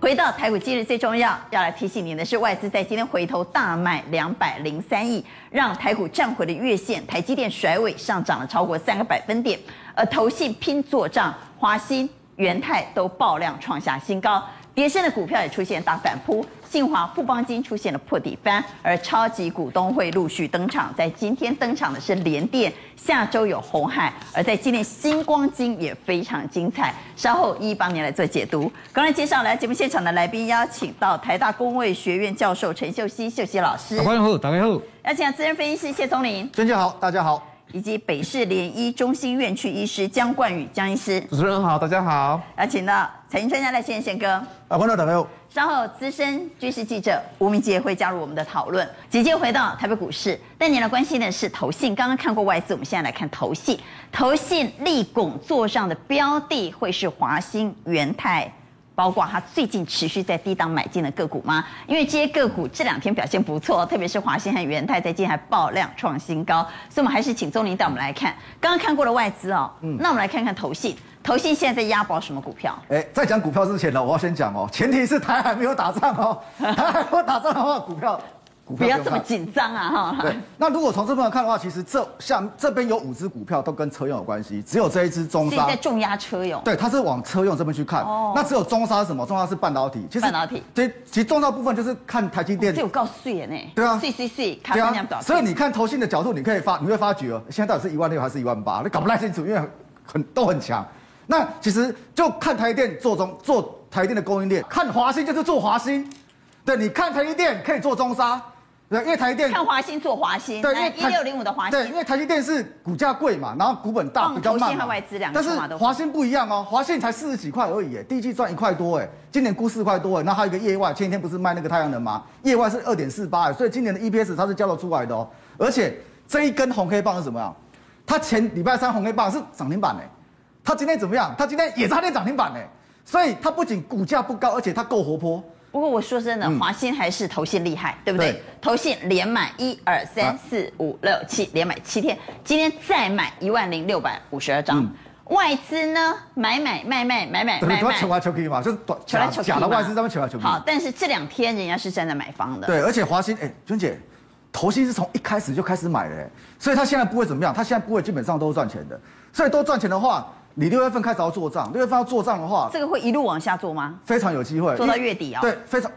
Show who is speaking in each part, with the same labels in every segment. Speaker 1: 回到台股，今日最重要要来提醒您的是，外资在今天回头大卖两百零三亿，让台股站回了月线，台积电甩尾上涨了超过三个百分点，而投信拼做账，华新、元泰都爆量创下新高，跌升的股票也出现大反扑，信华、啊富邦金出现了破底翻，而超级股东会陆续登场，在今天登场的是联电，下周有红海，而在今天星光金也非常精彩，稍后一一帮您来做解读。刚才介绍来节目现场的来宾，邀请到台大工卫学院教授陈秀熙、秀熙老师
Speaker 2: 打，开后，打开后，
Speaker 1: 邀请到资深分析师谢宗林，
Speaker 3: 尊敬好，大家好，
Speaker 1: 以及北市联医中心院区医师江冠宇江医师，
Speaker 3: 主持人好，大家好。
Speaker 1: 邀请到财经专家赖先生哥。
Speaker 3: 啊，观众朋友，
Speaker 1: 稍后，资深军事记者吴明杰会加入我们的讨论。紧接着回到台北股市，但您来关心的是投信。刚刚看过外资，我们现在来看投信。投信力拱做上的标的会是华兴、元泰，包括它最近持续在低档买进的个股吗？因为这些个股这两天表现不错，特别是华兴和元泰在今天还爆量创新高，所以我们还是请钟林带我们来看刚刚看过的外资哦。
Speaker 3: 嗯
Speaker 1: 那我们来看看投信，投信现在在押宝什么股票？
Speaker 3: 哎，在讲股票之前呢，我要先讲哦，前提是台海没有打仗 哦，台海如果打仗的话，股票股
Speaker 1: 不
Speaker 3: 票
Speaker 1: 要
Speaker 3: 用
Speaker 1: 这么
Speaker 3: 看
Speaker 1: 紧张啊！哈，
Speaker 3: 对，那如果从这边来看的话，其实这下这边有五只股票都跟车用有关系，只有这一只中
Speaker 1: 所以
Speaker 3: 沙
Speaker 1: 在，重压车用。
Speaker 3: 对，它是往车用这边去看。
Speaker 1: 哦
Speaker 3: 那只有中沙是什么？中沙是半导体，其
Speaker 1: 半导体哦
Speaker 3: 对，其实中沙部分就是看台积电
Speaker 1: 这有告诉人呢，
Speaker 3: 对啊
Speaker 1: 碎碎碎，卡
Speaker 3: 对
Speaker 1: 分两表
Speaker 3: 啊，
Speaker 1: 情，
Speaker 3: 所以你看投信的角度，你可以发，你会发觉哦现在到底是一万六还是一万八，你搞不太清楚，因为很都很强。那其实就看台积电做中做台积电的供应链，看华兴就是做华兴，对，你看台积电可以做中沙，对，因为台积电
Speaker 1: 看华兴做华兴，哎
Speaker 3: 对，因为
Speaker 1: 一六零五的华
Speaker 3: 对，因
Speaker 1: 兴，
Speaker 3: 为台积电是股价贵嘛，然后股本大，
Speaker 1: 嗯
Speaker 3: 比较
Speaker 1: 投
Speaker 3: 慢
Speaker 1: 信
Speaker 3: 嘛
Speaker 1: 和外资两个
Speaker 3: 但是
Speaker 1: 筹码都
Speaker 3: 华信不一样哦，华信才四十几块而已耶，第一季赚一块多哎，今年估四块多哎，那还有一个业外，前几天不是卖那个太阳能吗？业外是二点四八，所以今年的 EPS 它是交得出来的哦，而且这一根红 K 棒是什么样？它前礼拜三红 K 棒是涨停板哎，它今天怎么样？它今天也差点涨停板哎，所以它不仅股价不高，而且它够活泼。
Speaker 1: 不过我说真的，
Speaker 3: 嗯
Speaker 1: 华兴还是投信厉害，对不对
Speaker 3: 对？
Speaker 1: 投信连买一二三四五六七，连买七天，今天再买一万零六百五十二张
Speaker 3: 嗯。
Speaker 1: 外资呢，买买卖卖买哎买
Speaker 3: 对，
Speaker 1: 卖
Speaker 3: 不要求
Speaker 1: 卖，
Speaker 3: 来求去嘛，就是短
Speaker 1: 求
Speaker 3: 假
Speaker 1: 来求去
Speaker 3: 假
Speaker 1: 嘛
Speaker 3: 的外资在那边求来求去。
Speaker 1: 好，但是这两天人家是站在买方的，
Speaker 3: 对，而且华兴，哎、娟姐，投信是从一开始就开始买的、哎所以他现在不会怎么样，他现在不会基本上都是赚钱的，所以都赚钱的话，你六月份开始要做账，六月份要做账的话，
Speaker 1: 这个会一路往下做吗？
Speaker 3: 非常有机会
Speaker 1: 做到月底哦
Speaker 3: 对，非常，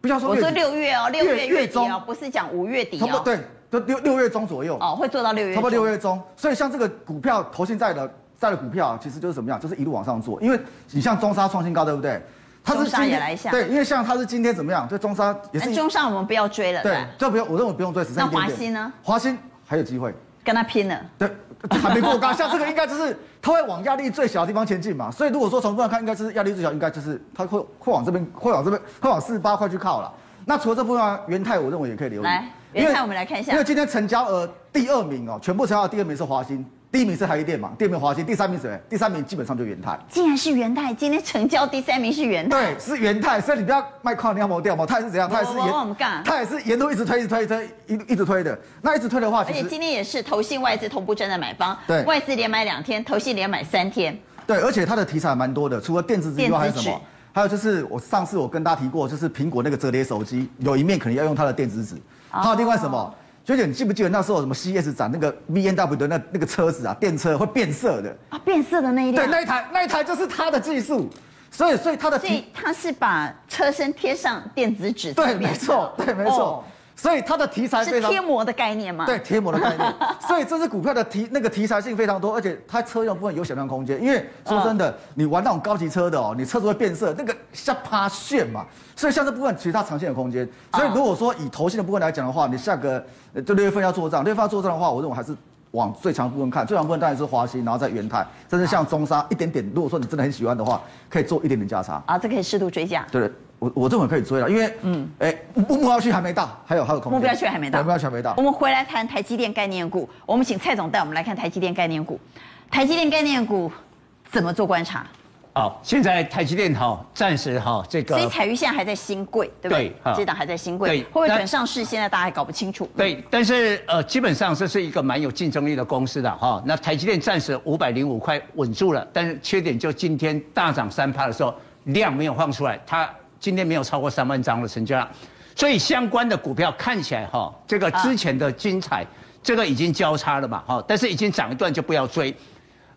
Speaker 3: 不要说
Speaker 1: 我
Speaker 3: 月底
Speaker 1: 说六月哦，六月
Speaker 3: 月
Speaker 1: 月底
Speaker 3: 月
Speaker 1: 哦，
Speaker 3: 中
Speaker 1: 不是讲五月底
Speaker 3: 差不多
Speaker 1: 哦，
Speaker 3: 对，就六六月中左右，
Speaker 1: 哦，会做到六月，
Speaker 3: 差不多六月中，所以像这个股票投信在的在的股票啊，其实就是怎么样，就是一路往上做，因为你像中沙创新高，对不对？
Speaker 1: 中沙
Speaker 3: 今
Speaker 1: 也
Speaker 3: 天
Speaker 1: 来一下
Speaker 3: 对，因为像它是今天怎么样，就中沙也是
Speaker 1: 那
Speaker 3: 一
Speaker 1: 中上我们不要追了，
Speaker 3: 对
Speaker 1: 吧，
Speaker 3: 这不用，我认为不用追，只剩
Speaker 1: 那
Speaker 3: 一点
Speaker 1: 华
Speaker 3: 点
Speaker 1: 兴呢？
Speaker 3: 华兴还有机会。
Speaker 1: 跟他拼了。
Speaker 3: 对， 还没过高，像这个应该就是它会往压力最小的地方前进嘛。所以如果说从这来看，应该就是压力最小，应该就是它会会往这边，会往这边，会往四十八块去靠了。那除了这部分啊，元泰我认为也可以留意。
Speaker 1: 来
Speaker 3: 因为
Speaker 1: 元泰我们来看一下
Speaker 3: 因为今天成交额第二名哦，全部成交额第二名是华兴，第一名是台积电嘛，第二名华兴，第三名谁？第三名基本上就元泰。
Speaker 1: 竟然是元泰，今天成交第三名是元泰，
Speaker 3: 对，是元泰，所以你不要卖矿，你要磨掉嘛。它也是怎样？它也是
Speaker 1: 我我我们干
Speaker 3: 它也是沿路一直推，一直推，一直推，一路一直推的。那一直推的话，
Speaker 1: 而
Speaker 3: 其
Speaker 1: 且
Speaker 3: 实
Speaker 1: 今天也是投信外资同步站在买方，
Speaker 3: 对
Speaker 1: 外资连买两天，投信连买三天，
Speaker 3: 对，而且它的题材蛮多的，除了电子之外还有什
Speaker 1: 电子
Speaker 3: 么
Speaker 1: 纸？
Speaker 3: 还有就是我上次我跟大家提过，就是苹果那个折叠手机有一面可能要用它的电子纸，还有另外什么？学姐，你记不记得那时候有什么 CS 展那个 B N W 的那那个车子啊，电车会变色的？
Speaker 1: 啊，变色的那一
Speaker 3: 对，
Speaker 1: 辆，
Speaker 3: 那一台那一台就是它的技术，所以所以它的
Speaker 1: 所以
Speaker 3: 题
Speaker 1: 他是把车身贴上电子纸，
Speaker 3: 对没错对没错，所以它的题材
Speaker 1: 哦
Speaker 3: 非
Speaker 1: 是
Speaker 3: 常
Speaker 1: 贴膜的概念 嘛？
Speaker 3: 对，贴膜的 概念。所以这只股票的题那个题材性非常多，而且它车用部分有想象空间。因为说真
Speaker 1: 啊
Speaker 3: 的，你玩那种高级车的哦，你车子会变色，那个下趴炫嘛。所以像这部分其实它长线有空间。所
Speaker 1: 啊
Speaker 3: 以如果说以投信的部分来讲的话，你下个呃就六月份要做账，六月份要做账的话，我认为还是。往最强部分看，最强部分当然是华兴，然后再元泰，甚至像中沙一点点。如果说你真的很喜欢的话，可以做一点点价差。
Speaker 1: 啊，这可以适度追加。
Speaker 3: 对，我我认为可以追了，因为嗯，哎、目目标区还没到，还有还有空间。
Speaker 1: 目标区还没到，
Speaker 3: 对哦目标区还没到
Speaker 1: 我。们回来谈台积电概念股，我们请蔡总带我们来看台积电概念股。台积电概念股怎么做观察？
Speaker 2: 好，现在台积电哈，暂时哈这
Speaker 1: 所以
Speaker 2: 个
Speaker 1: 彩鱼现在还在新贵，对不对
Speaker 2: 呃对？啊
Speaker 1: 这档还在新贵，
Speaker 2: 对
Speaker 1: 会不会
Speaker 2: 那
Speaker 1: 转上市？现在大家还搞不清楚。
Speaker 2: 对，但是呃，基本上这是一个蛮有竞争力的公司的哈。那台积电暂时五百零五块稳住了，但是缺点就今天大涨三趴的时候量没有放出来，它。今天没有超过三万张的成交量，所以相关的股票看起来哈、这
Speaker 1: 啊
Speaker 2: 个之前的精彩，这个已经交叉了嘛哈、但是已经涨一段就不要追。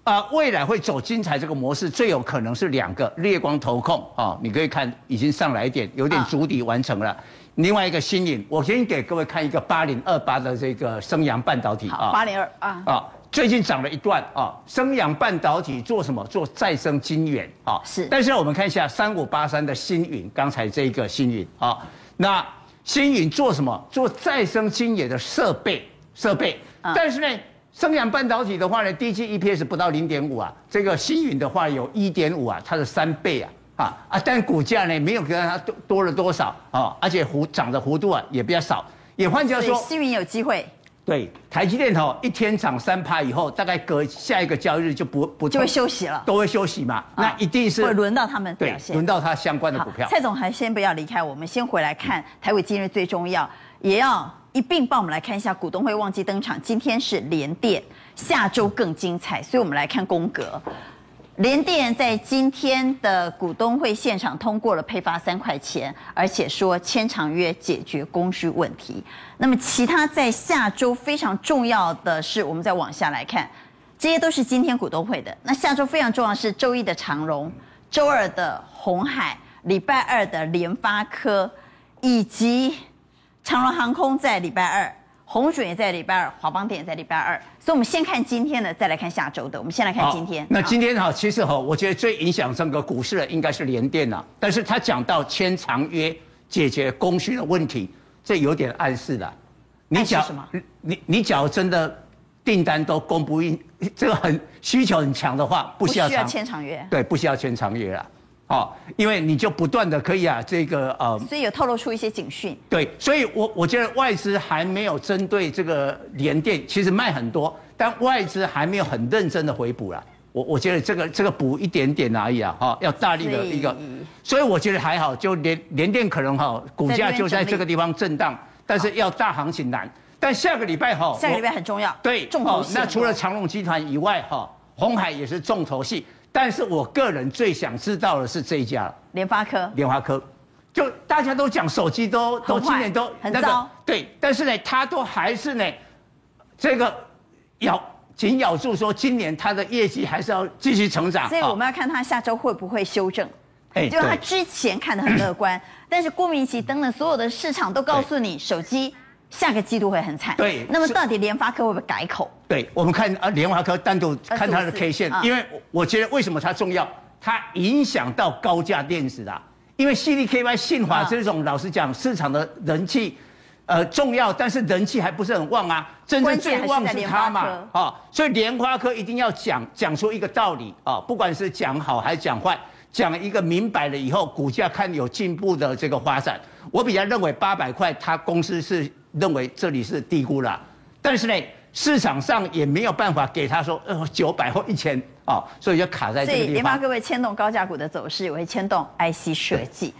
Speaker 2: 啊，未来会走精彩这个模式，最有可能是两个列光投控啊、你可以看已经上来一点，有点
Speaker 1: 啊
Speaker 2: 筑底完成了。另外一个新颖，我先给各位看一个八零二八的这个升阳半导体
Speaker 1: 好，八零二啊，
Speaker 2: 啊，最近涨了一段啊。生氧半导体做什么？做再生晶圆啊。
Speaker 1: 是
Speaker 2: 但是我们看一下三五八三的星云，刚才这一个星云啊，那星云做什么？做再生晶圆的设备设备。
Speaker 1: 啊
Speaker 2: 但是呢，生氧半导体的话呢，第一季 EPS 不到零点五啊，这个星云的话有一点五啊，它的三倍啊。啊啊！但股价呢没有给它多多了多少啊，而且幅涨的幅度啊也比较少，也换句话
Speaker 1: 所
Speaker 2: 说
Speaker 1: 以，星云有机会
Speaker 2: 对，台积电哦，一天涨三趴以后，大概隔下一个交易日就不不
Speaker 1: 就会休息了，啊
Speaker 2: 都会休息嘛。那一定是
Speaker 1: 会轮到他们
Speaker 2: 对
Speaker 1: 表现
Speaker 2: 轮。到它相关的
Speaker 1: 好
Speaker 2: 股票，嗯
Speaker 1: 蔡总还先不要离开，我们先回来看台股今日最重要，也要一并帮我们来看一下股东会忘记登场。今天是联电，下周更精彩，所以我们来看宫格。联电在今天的股东会现场通过了配发三块钱，而且说签长约解决供需问题。那么其他在下周非常重要的是，我们再往下来看，这些都是今天股东会的。那下周非常重要的是周一的长荣，周二的红海，礼拜二的联发科，以及长荣航空在礼拜二，红准也在礼拜二，华邦电也在礼拜二。所以我们先看今天的，再来看下周的。我们先来看
Speaker 2: 好
Speaker 1: 今天。
Speaker 2: 那
Speaker 1: 好
Speaker 2: 今天哈，其实哈，我觉得最影响整个股市的应该是联电了，但是他讲到签长约解决供需的问题，这有点暗示了。
Speaker 1: 暗
Speaker 2: 你
Speaker 1: 示
Speaker 2: 讲
Speaker 1: 什么
Speaker 2: 你你假如真的订单都供不应，这个很需求很强的话，不
Speaker 1: 不
Speaker 2: 需
Speaker 1: 需
Speaker 2: 要
Speaker 1: 要
Speaker 2: 长
Speaker 1: 签长约，
Speaker 2: 对，不需要签长约了。哦，因为你就不断的可以啊，这个呃
Speaker 1: 所以有透露出一些警讯。
Speaker 2: 对，所以我我觉得外资还没有针对这个联电，其实卖很多，但外资还没有很认真的回补啦。我我觉得这个这个补一点点而已啊，哈、要大力的一个
Speaker 1: 所以，
Speaker 2: 所以我觉得还好，就联联电可能哈、股价就在这个地方震荡，但是要大行情难。但下个礼拜哈、
Speaker 1: 下个
Speaker 2: 我
Speaker 1: 礼拜很重要，
Speaker 2: 对，
Speaker 1: 重头
Speaker 2: 哦
Speaker 1: 戏很多、
Speaker 2: 那除了长隆集团以外，哈，红海也是重头戏。但是我个人最想知道的是这一家了
Speaker 1: 联发科，
Speaker 2: 联发科，就大家都讲手机都都
Speaker 1: 很坏
Speaker 2: 今年都
Speaker 1: 很糟
Speaker 2: 对，但是呢，它都还是呢，这个咬紧咬住说今年它的业绩还是要继续成长。
Speaker 1: 所以
Speaker 2: 哦
Speaker 1: 我们要看它下周会不会修正。
Speaker 2: 哎
Speaker 1: 就他
Speaker 2: 对
Speaker 1: 之前看得很乐观，但是郭明奇登的所有的市场都告诉你，手机下个季度会很惨。
Speaker 2: 对
Speaker 1: 那么
Speaker 2: 是
Speaker 1: 到底联发科会不会改口？
Speaker 2: 对，我们看啊，联华科单独看它的
Speaker 1: 24
Speaker 2: K 线
Speaker 1: 啊，
Speaker 2: 因为我我觉得为什么它重要，它影响到高价电子啊，因为 CDKY 信华
Speaker 1: 啊
Speaker 2: 这种，老实讲，市场的人气，呃，重要，但是人气还不是很旺啊，真正
Speaker 1: 关键
Speaker 2: 最
Speaker 1: 还是
Speaker 2: 旺
Speaker 1: 在
Speaker 2: 是
Speaker 1: 联
Speaker 2: 它
Speaker 1: 发
Speaker 2: 嘛
Speaker 1: 科，
Speaker 2: 啊、所以莲花科一定要讲讲出一个道理啊、不管是讲好还是讲坏，讲一个明白了以后，股价看有进步的这个发展。我比较认为八百块，它公司是认为这里是低估了，但是呢，市场上也没有办法给他说呃九百或一千啊，所以就卡在
Speaker 1: 所
Speaker 2: 这
Speaker 1: 以
Speaker 2: 个地
Speaker 1: 联发
Speaker 2: 方。
Speaker 1: 科会牵动高价股的走势，也会牵动 IC 设计。